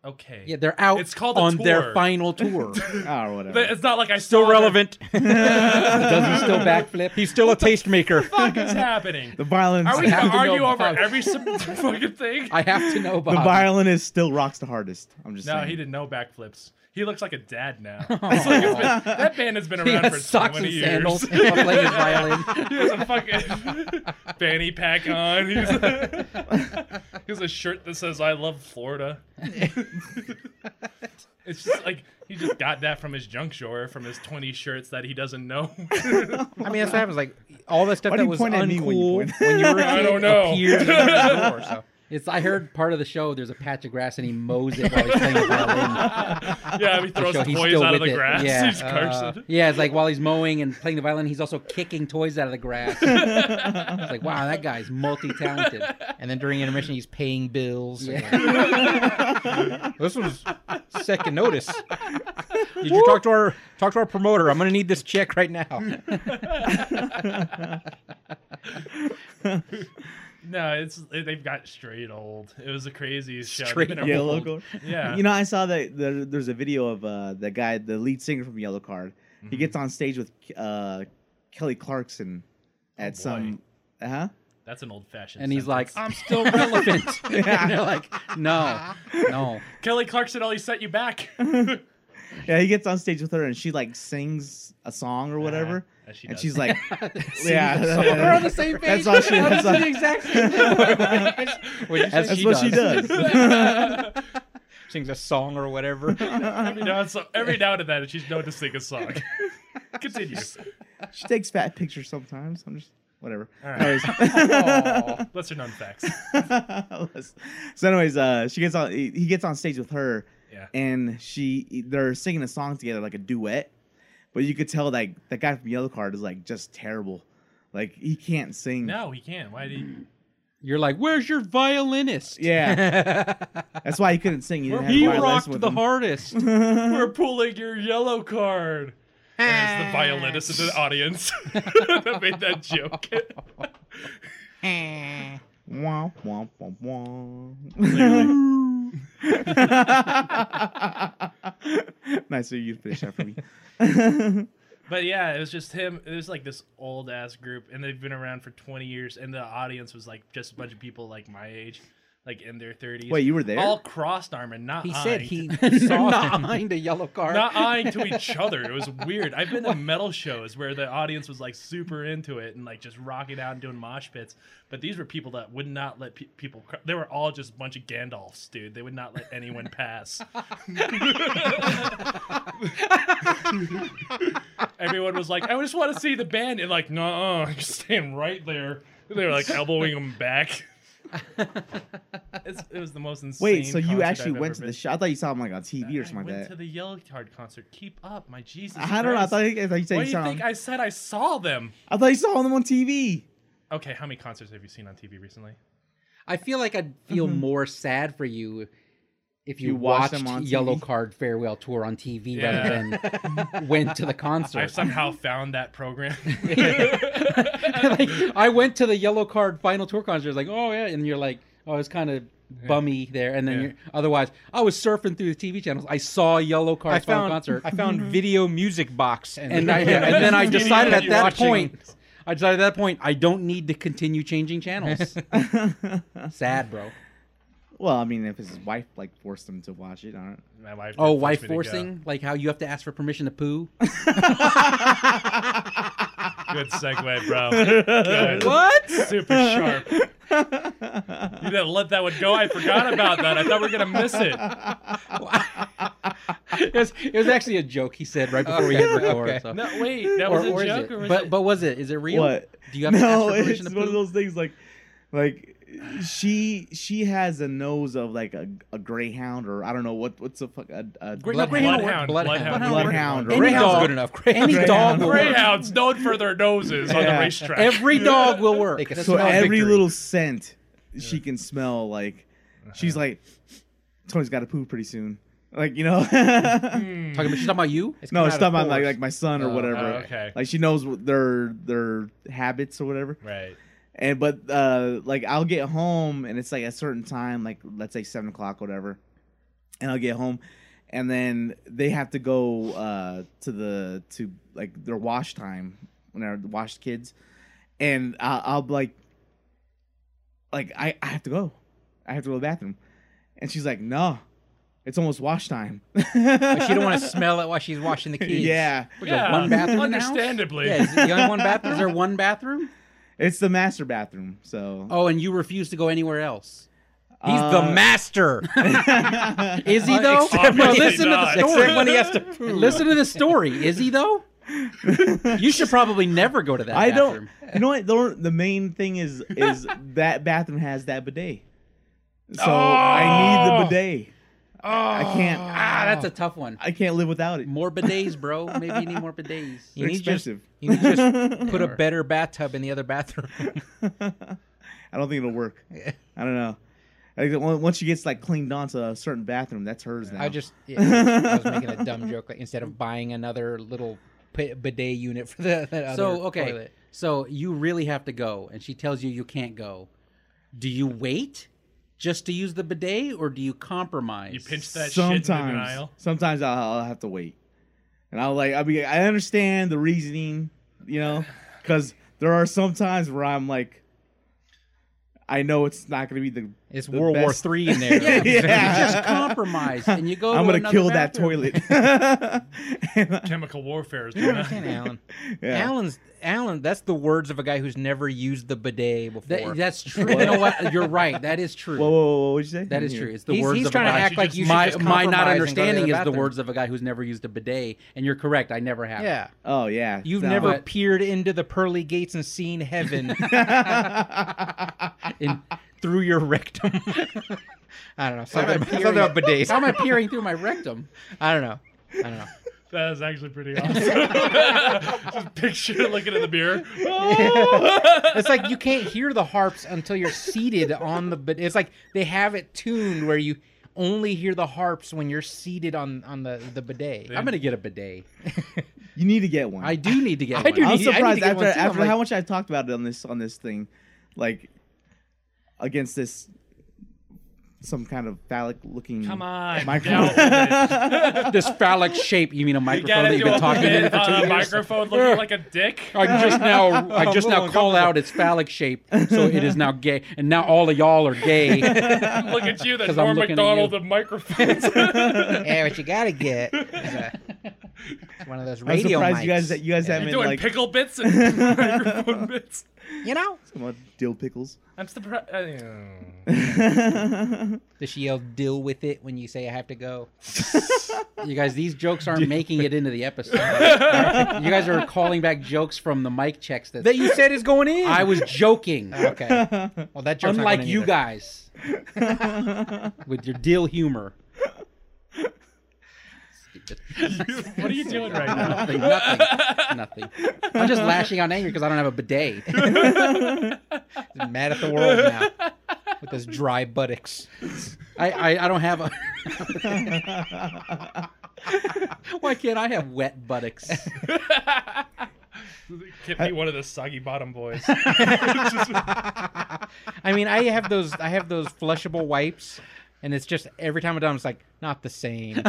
Okay.
Yeah, they're out
It's called a
on their
tour.
final tour.
Ah, or whatever.
But It's not like I
Still
saw
relevant.
does he still backflip?
He's still a tastemaker.
What the fuck is happening?
the violence.
Are we gonna
have to know
argue over
about-
every sim- fucking thing?
I have to know,
the
Bob.
violinist still rocks the hardest. I'm just
No,
saying.
he did no backflips. He looks like a dad now. It's like it's been- that band has been
He
around
has
for
socks
20
and
years.
sandals while playing his violin.
he has a fucking fanny pack on. He's he has a shirt that says "I love Florida." it's just like he just got that from his junk drawer from his 20 shirts that he doesn't know.
I mean, that's what happens. Like all the stuff
Why do
that
you
was
point at me
uncool
when
when
you
you,
point?
were a
I
kid
don't know.
appeared in the door. So
It's, I heard part of the show there's a patch of grass and he mows it while he's playing the violin.
yeah, he throws
show he's
toys
still
out of
with
the
it.
grass.
Yeah, Uh,
He's cursing.
Yeah, it's like while he's mowing and playing the violin, he's also kicking toys out of the grass. it's like, wow, that guy's multi talented.
and then during intermission, he's paying bills.
Yeah.
This was second notice. Did you talk to our talk to our promoter? I'm gonna need this check right now.
No, it's they've got straight old. It was the craziest show. They've
Straight
been around-
Yellow Card.
Yeah.
You know, I saw that there, there's a video of uh, the guy, the lead singer from Yellow Card.
Mm-hmm.
He gets on stage with uh, Kelly Clarkson at
Oh, boy.
some. Uh huh.
That's an old fashioned.
And he's like, I'm still relevant. and they're like, no, no.
Kelly Clarkson only sent you back.
yeah, he gets on stage with her and she like sings a song or whatever.
Uh-huh. As she
And
does.
she's like,
Sings
yeah,
We're on the same page.
That's all she. That's all,
the exact same thing. What'd you say?
That's
that's
she
what she
does.
does.
sings a song or whatever.
every now and so every now and then she's known to sing a song. Continue.
she takes fat pictures sometimes. I'm just whatever.
All right.
Anyways.
Aw.
Lesser known facts.
so, anyways, uh, she gets on. He he gets on stage with her,
Yeah.
and she they're singing a song together like a duet. But you could tell like the guy from Yellow Card is like just terrible. Like he can't sing.
No, he can't. Why did he?
You're like, where's your violinist?
Yeah, that's why he couldn't sing. He, didn't have
He
Brian Wilson
rocked
with
the
him.
hardest.
We're pulling your yellow card. There's the violinist in the audience that made that joke.
Womp, womp, womp, womp. nice of you to finish that for me.
but yeah, it was just him. It was like this old ass group, and they've been around for 20 years, and the audience was like just a bunch of people like my age, like in their 30s.
Wait, you were there?
all crossed arm and not.
He
eyeing
said
to-
he saw
Not
him.
behind a yellow card.
Not eyeing to each other. It was weird. I've been to metal shows where the audience was like super into it and like just rocking out and doing mosh pits. But these were people that would not let pe- people. Cr- they were all just a bunch of Gandalfs, dude. They would not let anyone pass. Everyone was like, "I just want to see the band," and like, "No, you're staying right there." They were like elbowing them back. It's, it was the most insane.
Wait, so you
concert
actually
I've
went
ever
to
been
the show? I thought you saw him like on TV or
I
something
went
like
to
that.
the Yellow Card concert. Keep up, my Jesus.
I don't know. I
Christ.
thought, I thought you said
Why
you
do you
saw him.
think I said I saw them?
I thought you saw him on TV.
Okay, how many concerts have you seen on TV recently?
I feel like I'd feel more sad for you if you,
Mm-hmm. You watched
watched,
them on
Yellow
TV?
Card Farewell Tour on TV
Yeah.
rather than went to the
I
concert.
somehow found that program.
like I went to the Yellow Card Final Tour concert. Like, oh yeah, and you're like, oh, it's kind of bummy there. And then
Yeah.
you're, otherwise, I was surfing through the TV channels. I saw Yellow Card
I
Final
found
concert,
I found
Mm-hmm.
video music box and,
and I and then I
Video
decided at
you
that
watching.
point. I decided at that point I don't need to continue changing channels. Sad, bro.
well, I mean, if his wife like forced him to watch it, I don't.
My wife
Oh,
forced me
wife
to go.
forcing? Like how you have to ask for permission to poo?
Good segue, bro. Good.
what?
Super sharp. You didn't let that one go. I forgot about that. I thought we were gonna miss it.
it, was, it was actually a joke he said right before we hit record.
Okay.
So.
No, wait, that was a
is
joke,
it?
or was
but
it?
but was it? Is it real?
What?
Do you have to ask
No,
for
it's
permission to
one
poo?
of those things like, like she she has a nose of like a, a greyhound or I don't know what what's the fuck a, a
Gre-
blood-
no, Greyhound or
Bloodhound,
Bloodhound.
Bloodhound.
Bloodhound or-
Any
Greyhound's
dog-
good enough.
Any
Greyhound.
dog will work.
Greyhounds known for their noses on the
Yeah.
racetrack.
Every dog will work.
They can
That's
so
not
every
victory. Uh-huh.
little scent she can smell like she's like Tony's got to poo pretty soon. Like you know,
talking about, she's talking about you.
It's
no,
coming
it's
out
not
of
about like,
pores.
like my son or
Oh,
whatever.
oh, okay.
Like she knows what their their habits or whatever.
right.
And but uh like I'll get home and it's like a certain time, like let's say seven o'clock, whatever. And I'll get home and then they have to go uh to the to like their wash time when I wash kids. And I'll, I'll be like like I, I have to go. I have to go to the bathroom. And she's like, No, it's almost wash time.
But she don't want to smell it while she's washing the kids.
yeah.
Yeah,
one bathroom in the house?
understandably.
Yeah, is it the only one bathroom? Is there one bathroom?
It's the master bathroom, so
Oh, and you refuse to go anywhere else.
Oh, He's
Uh,
the master.
Is he though?
Except
Well,
when he
listen to the
dies.
story.
Except when he has to poo.
Listen to the story. Is he though? You should probably never go to that.
I
bathroom.
don't. You know what? The, the main thing is is that bathroom has that bidet, so I need the bidet. I can't.
Oh. Ah, that's a tough one.
I can't live without it.
More bidets, bro. Maybe you need more bidets.
You
They're
need just,
expensive.
you need to just put a better bathtub in the other bathroom.
I don't think it'll work. I don't know. I think that on- once she gets like cleaned onto a certain bathroom, that's hers now.
I just yeah, I was making a dumb joke. Like instead of buying another little p- bidet unit for the, the other
So okay,
toilet.
so you really have to go, and she tells you you can't go. Do you wait just to use the bidet, or do you compromise?
You pinch that shit in the
sometimes
aisle.
sometimes I'll, I'll have to wait, and I'll like I mean I understand the reasoning, you know, because there are some times where I'm like, I know it's not gonna be the
It's
The
World War
best-
Three in there.
Yeah,
Yeah.
you just compromise and you go.
I'm
to
gonna
another
kill
bathroom.
that toilet.
Chemical warfare is
You don't
going
understand, Alan.
Yeah.
Alan's Alan. That's the words of a guy who's never used the bidet before.
That, that's true. you know what? You're right. That is true.
Whoa, whoa, whoa, whoa, what'd you say?
That is
Yeah.
true. It's the
He's-
words
he's
of
trying
a
to
guy.
act like you should
my
just
my not
compromise and go to
understanding
the
is the
bathroom.
words of a guy who's never used a bidet, and you're correct. I never have.
yeah.
Oh yeah.
You've
No.
never
but-
peered into the pearly gates and seen heaven in, through your rectum. I don't know. Something, about- something about bidets.
How am I peering through my rectum?
I don't know. I don't know.
That is actually pretty awesome. Just picture looking in the mirror. Oh!
It's like you can't hear the harps until you're seated on the bid. It's like they have it tuned where you only hear the harps when you're seated on on the the bidet.
Yeah.
I'm gonna get a bidet.
You need to get one.
I do need to get.
I
one.
do
I'm
need- I need to
surprised
get
after
one too. I'm
after
like-
how much I've talked about it on this on this thing, like against this some kind of phallic looking.
Come on.
Microphone.
this phallic shape. Uh, You mean a
You
microphone
got
that
it
you've been talking in for two
on a
years?
microphone looking like a dick.
I just now, I just now call out its phallic shape, so it is now gay, and now all of y'all are gay.
Look at you, the
'Cause I'm
Norm
looking at
McDonald
you.
of microphones. You're
Yeah, what you gotta get is a, is one of those
I'm
radio
surprised you
mics,
guys that you guys haven't
doing
like
pickle bits and microphone bits.
you know.
come on, dill pickles.
I'm surprised.
Does she yell "deal with it" when you say I have to go?
You guys, these jokes aren't making it into the episode. you guys are calling back jokes from the mic checks that,
That you said is going in.
I was joking.
okay. Well, that joke's not
Unlike
going in
you
either.
guys with your deal humor. Stupid.
what are you doing right now?
Nothing, nothing, nothing. I'm just lashing out in anger because I don't have a bidet.
I'm mad at the world now with those dry buttocks.
I, I, I don't have a. Why can't I have wet buttocks?
Get me one of the soggy bottom boys. Just-
I mean, I have those. I have those flushable wipes, and it's just every time I'm done, it's like not the same.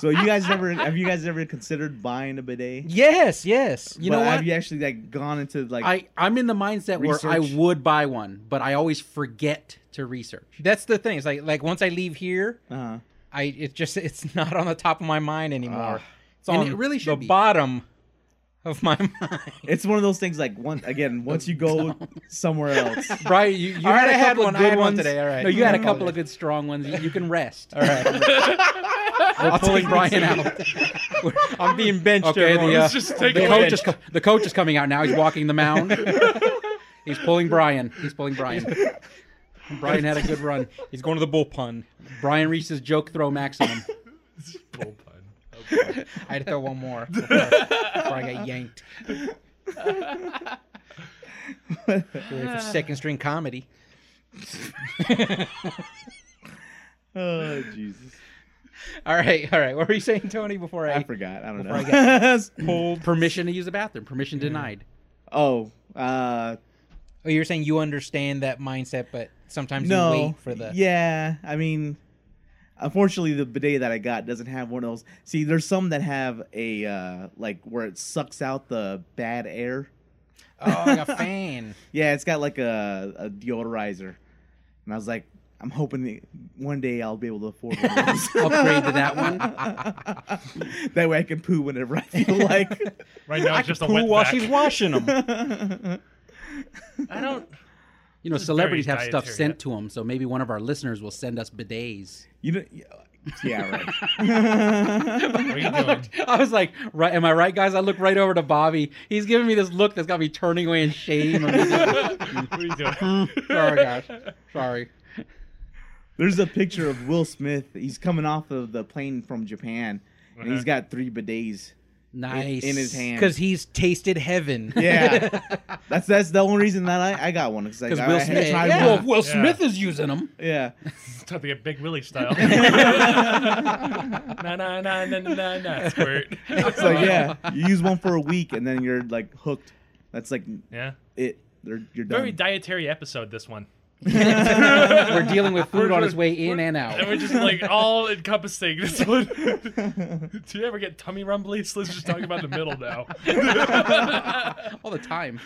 so you guys never have you guys ever considered buying a bidet?
yes, yes.
You
But
know
Have
what?
you actually like gone into like?
I, I'm in the mindset where I
Research.
would buy one, but I always forget to research.
That's the thing. It's like like once I leave here,
uh,
I it just it's not on the top of my mind anymore.
Ah.
it's
And
on
it really
the
should be.
bottom of my mind.
it's one of those things like one again once you go somewhere else.
Right? You, you
All
had
right,
a
I had
couple
one-
of
I
good
had one
ones
today, all right.
No, you had a
Mm.
couple of good strong ones. You, you can rest.
All right,
We're pulling Brian out.
I'm being benched.
Okay,
everyone.
the, uh,
Let's just take
the
a
coach
bench.
is co- the coach is coming out now. He's walking the mound. He's pulling Brian. He's pulling Brian. Brian had a good run.
He's going to the bullpen.
Brian reached his joke throw maximum.
Bull pun. Okay.
I had to throw one more before, before I got yanked. Ready for second string comedy.
oh Jesus!
All right, all right. What were you saying, Tony? Before I,
I forgot. I don't know.
Before I
Pulled.
Permission to use the bathroom. Permission denied.
Oh, uh,
oh, you were saying you understand that mindset, but sometimes you
no.
wait for the.
Yeah, I mean, unfortunately, the bidet that I got doesn't have one of those. See, there's some that have a uh, like where it sucks out the bad air.
Oh, like a fan.
Yeah, it's got like a, a deodorizer, and I was like, I'm hoping that one day I'll be able to afford one of those.
Upgrade to that one.
that way I can poo whenever I feel like.
Right now,
I
it's
can
just a
poo
wet
while
back.
she's washing them.
I don't.
You know,
is very
celebrities have stuff
dietary.
sent to them, so maybe one of our listeners will send us bidets.
you know, yeah, right.
What are you doing?
I was like, right? Am I right, guys? I look right over to Bobby. He's giving me this look that's got me turning away in shame.
what are you doing?
Sorry, guys. Sorry.
There's a picture of Will Smith. He's coming off of the plane from Japan, and he's
Uh-huh.
got three bidets in,
Nice.
in his hand.
Because he's tasted heaven.
yeah, that's that's the only reason that I, I got one because
Because
I,
Will
I had
Smith,
tried
yeah.
Well,
one.
if Will
Yeah.
Smith is using them.
yeah.
It's time to get Big Willie style. na na na na na na na. Squirt.
It's like yeah, you use one for a week and then you're like hooked. That's like
Yeah.
it. They're, you're done.
Very dietary episode this one.
We're dealing with food on its way in and
And
out.
we're just like all encompassing this one. Do you ever get tummy rumblies? Let's just talk about the middle now.
All the time.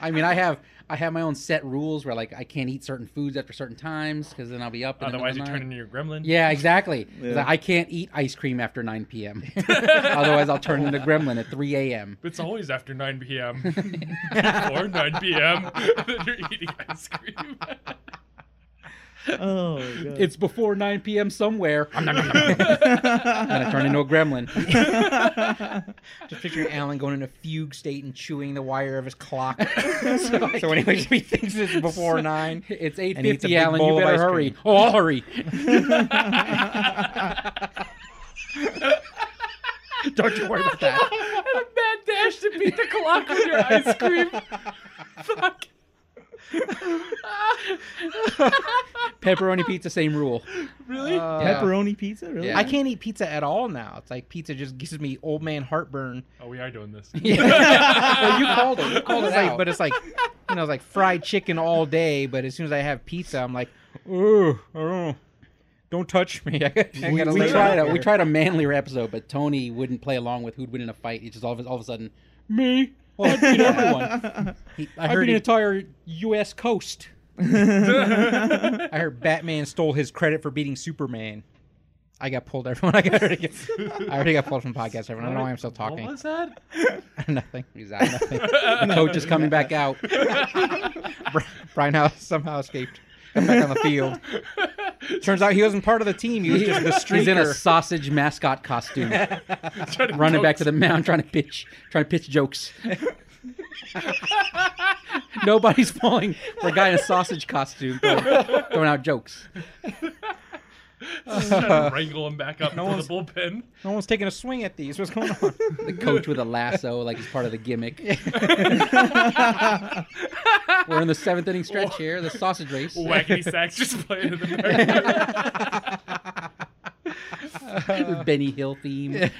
I mean, I have I have my own set rules where like I can't eat certain foods after certain times because then I'll be up. in the middle
Otherwise,
of
you
the
turn
night.
into your gremlin.
Yeah, exactly. 'Cause
Yeah.
I can't eat ice cream after 9 p.m. Otherwise, I'll turn into gremlin at 3 a.m.
It's always after 9 p.m. Before 9 p.m. that you're eating ice cream.
Oh, my God.
It's before 9 p.m. somewhere. I'm not gonna turn into a gremlin.
Just picturing Alan going in a fugue state and chewing the wire of his clock. so, anyway, he thinks it's before nine.
It's
And eats
8:50,
a big
Alan.
bowl
You
of
better
ice
hurry.
cream.
Oh, I'll hurry. Don't you worry about that.
and a mad dash to beat the clock with your ice cream. Fuck.
Pepperoni pizza, same rule.
Really?
Pepperoni pizza? Really?
Yeah.
uh, I can't eat pizza at all now. It's like pizza just gives me old man heartburn.
oh, we are doing this.
well, you called it. You called it
It's
like,
out.
But it's like, you know, it's like fried chicken all day. But as soon as I have pizza, I'm like, ooh, I don't know. Don't touch me. I gotta
We, we
lay
tried
down
a we
here.
tried a manlier episode, but Tony wouldn't play along with who'd win in a fight. It's just all of, a- all of a sudden me. Well, I beat everyone.
He- I
I
heard
beat an
he-
entire U.S. coast.
I heard Batman stole his credit for beating Superman. I got pulled, everyone. I, got, I, already, I already got pulled from podcast, everyone. I don't know why I'm still
What
talking.
was that?
Nothing.
Exactly.
The coach is coming back out. Bri- Brian House somehow escaped. Got back on the field. Turns out he wasn't part of the team. He was just the
He's in a
streaker.
sausage mascot costume,
Trying to
running back
coax-
to the mound, trying to pitch, trying to pitch jokes. Nobody's falling for a guy in a sausage costume throwing, throwing out jokes.
Just trying to wrangle him back up to
one's-
the bullpen.
No one's taking a swing at these. What's going on?
The coach with a lasso, like he's part of the gimmick. We're in the seventh inning stretch here, the sausage race.
Wackety sacks just playing in the background.
The Benny Hill theme.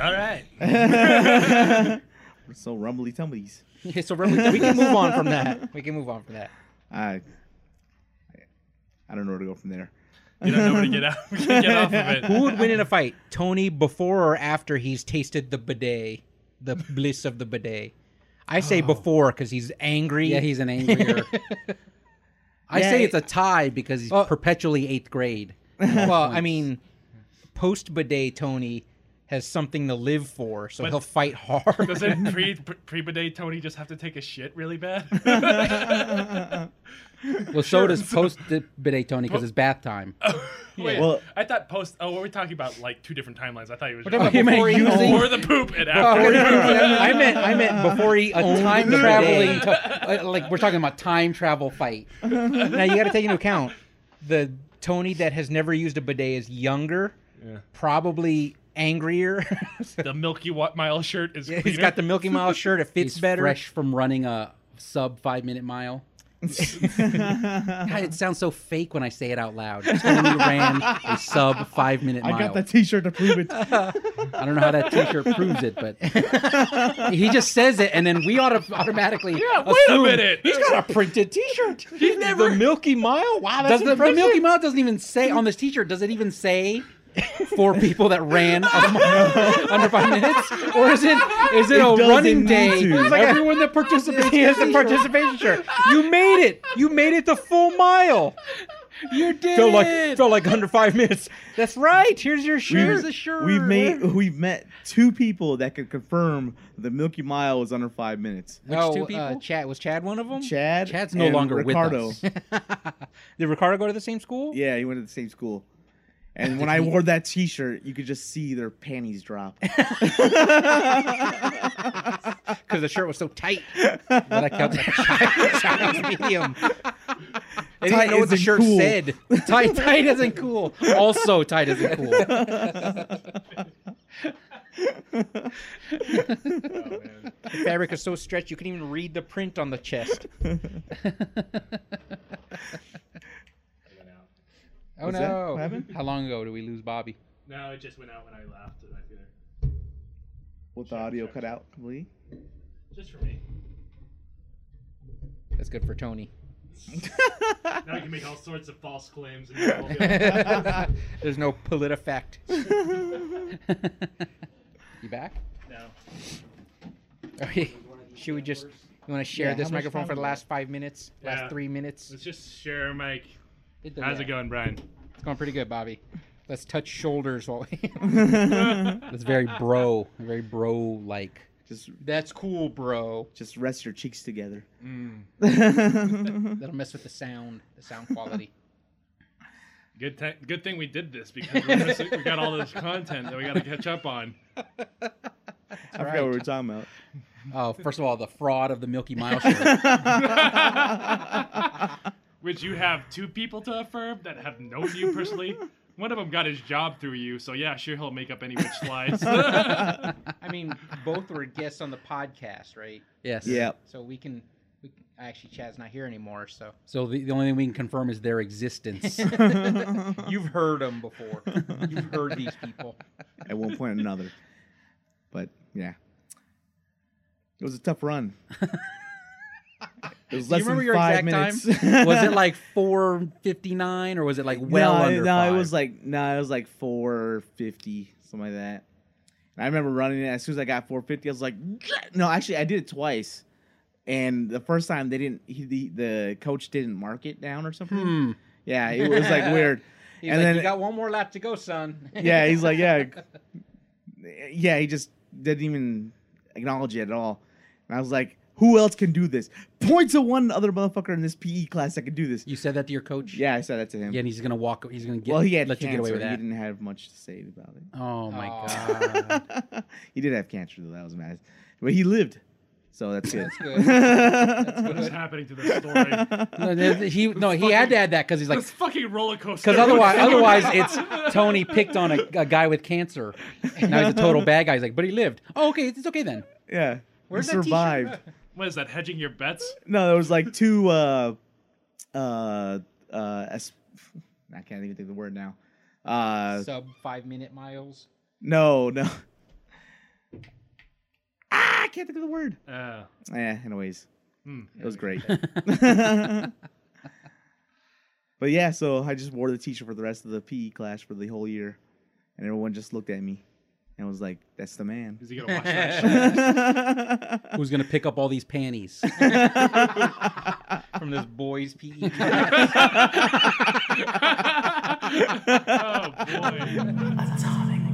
All right.
We're so rumbly tumblies.
Okay, so remember,
we can move on from that. We can move on from that.
I, I don't know where to go from there.
You don't know where to get out. get off of
Who
it.
would win in a fight, Tony, before or after he's tasted the bidet, the bliss of the bidet? I say before because Oh. he's angry.
yeah, he's an angrier. I
Yeah,
say
it-
it's a tie because he's
Well-
perpetually eighth grade.
well. I mean, post bidet Tony has something to live for, so
But-
he'll fight hard.
Doesn't pre pre bidet Tony just have to take a shit really bad?
Well, so does post bidet Tony because it's bath time.
Wait,
Well-
I thought post. Oh, were we talking about like two different timelines? I thought you were
talking
just
about before he- Oh,
before the poop and after.
no,
the
no,
poop.
no, no, no. I meant I meant before he a
Owned
time
the
traveling
bidet.
to- uh, like we're talking about time travel fight.
now you got to take into account the Tony that has never used a bidet is younger,
Yeah.
probably angrier.
The Milky Wa- Mile shirt is.
he's got the Milky Mile shirt; it fits
He's
better.
fresh from running a sub five minute mile. God, it sounds so fake when I say it out loud. Tony ran a sub five minute mile.
I got that T-shirt to prove it.
I don't know how that T-shirt proves it, but he just says it, and then we ought to automatically.
Yeah, wait a
assume
minute.
He's got a printed T-shirt.
He's never the Milky Mile. Wow, that's
Does the, the
impressive.
Milky Mile doesn't even say on this T-shirt? Does it even say for people that ran a mile under five minutes, or is it is it, a
doesn't
running
need
day?
to. It's like
a-
Everyone that participates,
He has the
in the t-shirt.
participation shirt. You made it. You made it the full mile.
You did.
Felt like
it.
felt like under five minutes. That's right. Here's your
Here's
shirt.
the shirt.
We've made we've met two people that could confirm the Milky Mile was under five minutes.
Which
no,
two
Uh,
people?
Chad was Chad one of them?
Chad.
Chad's no
and
longer
Ricardo.
with us.
Did Ricardo go to the same school?
Yeah, he went to the same school. And when I wore that T-shirt, you could just see their panties drop.
because the shirt was so tight.
But I kept
Child's medium.
Tight
They didn't know what the
isn't
shirt
cool.
said.
tight. Tight isn't cool. Also, tight isn't cool.
The fabric is so stretched you can even read the print on the chest. Oh
Was that
no!
what happened?
How long ago did we lose Bobby?
No, it just went out when I laughed. I think.
With the audio cut out completely.
Just for me.
That's good for Tony.
Now I can make all sorts of false claims. And you'll all be like,
There's no politifact.
You back?
No.
Okay. Should we just you want to share
Yeah,
this
how much
microphone
time
for the
we
last five minutes,
Yeah.
last three minutes?
Let's just share, Mike.
Hit the
How's
mic.
it going, Brian?
It's going pretty good, Bobby. Let's touch shoulders while we.
It's very bro, very bro like.
just
That's cool, bro.
just rest your cheeks together.
That'll mess with the sound, the sound quality.
Good, te- good thing we did this because we're missing, we got all this content that we got to catch up on.
I forgot what we were talking about.
Oh, first of all, the fraud of the Milky Mile shirt.
Which you have two people to affirm that have known you personally. One of them got his job through you, so yeah, sure he'll make up any which lies.
I mean, both were guests on the podcast, right?
yes.
yeah.
So we can. We, actually, Chad's not here anymore, so
So the, the only thing we can confirm is their existence.
you've heard them before. You've heard these people.
At one point or another. But yeah. It was a tough run. It was
Do
less
you remember
than
your
five
exact
minutes.
was it like 459 or was it like well
no,
under
no,
five?
it was like no, it was like four fifty, something like that. And I remember running it as soon as I got four fifty. I was like, "Yeah!" no, actually, I did it twice. And the first time they didn't, he, the the coach didn't mark it down or something.
Hmm.
Yeah, it was like weird.
He's
And
like,
then-
you got one more lap to go, son.
Yeah, he's like, yeah, yeah. He just didn't even acknowledge it at all. And I was like, who else can do this? Point to one other motherfucker in this PE class that can do this.
You said that to your coach?
Yeah, I said that to him.
Yeah, and he's gonna walk. He's gonna get.
well, he had
let you get away
cancer.
with
He
that.
didn't have much to say about it.
Oh my
Aw.
god.
he did have cancer though. That was mad. But he lived, so that's good.
That's good.
what is happening to this story?
No, th- th- he no, he had to add that because he's like
this fucking roller coaster.
because otherwise otherwise it's Tony picked on a, a guy with cancer. Now he's a total bad guy. He's like, but he lived. Oh, okay, it's okay then.
yeah,
Where's
he
that t-shirt?
survived.
what is that? Hedging your bets?
No, there was like two. Uh, uh, uh, es- I can't even think of the word now. Uh,
Sub five minute miles.
no, no. Ah, I can't think of the word.
Uh,
Yeah, anyways,
hmm.
it was great. but yeah, so I just wore the t-shirt for the rest of the PE class for the whole year, and everyone just looked at me and was like, "That's the man."
Is he gonna watch that shit?
yeah,
Who's gonna pick up all these panties?
from this boys' E PE.
oh boy.
Atomic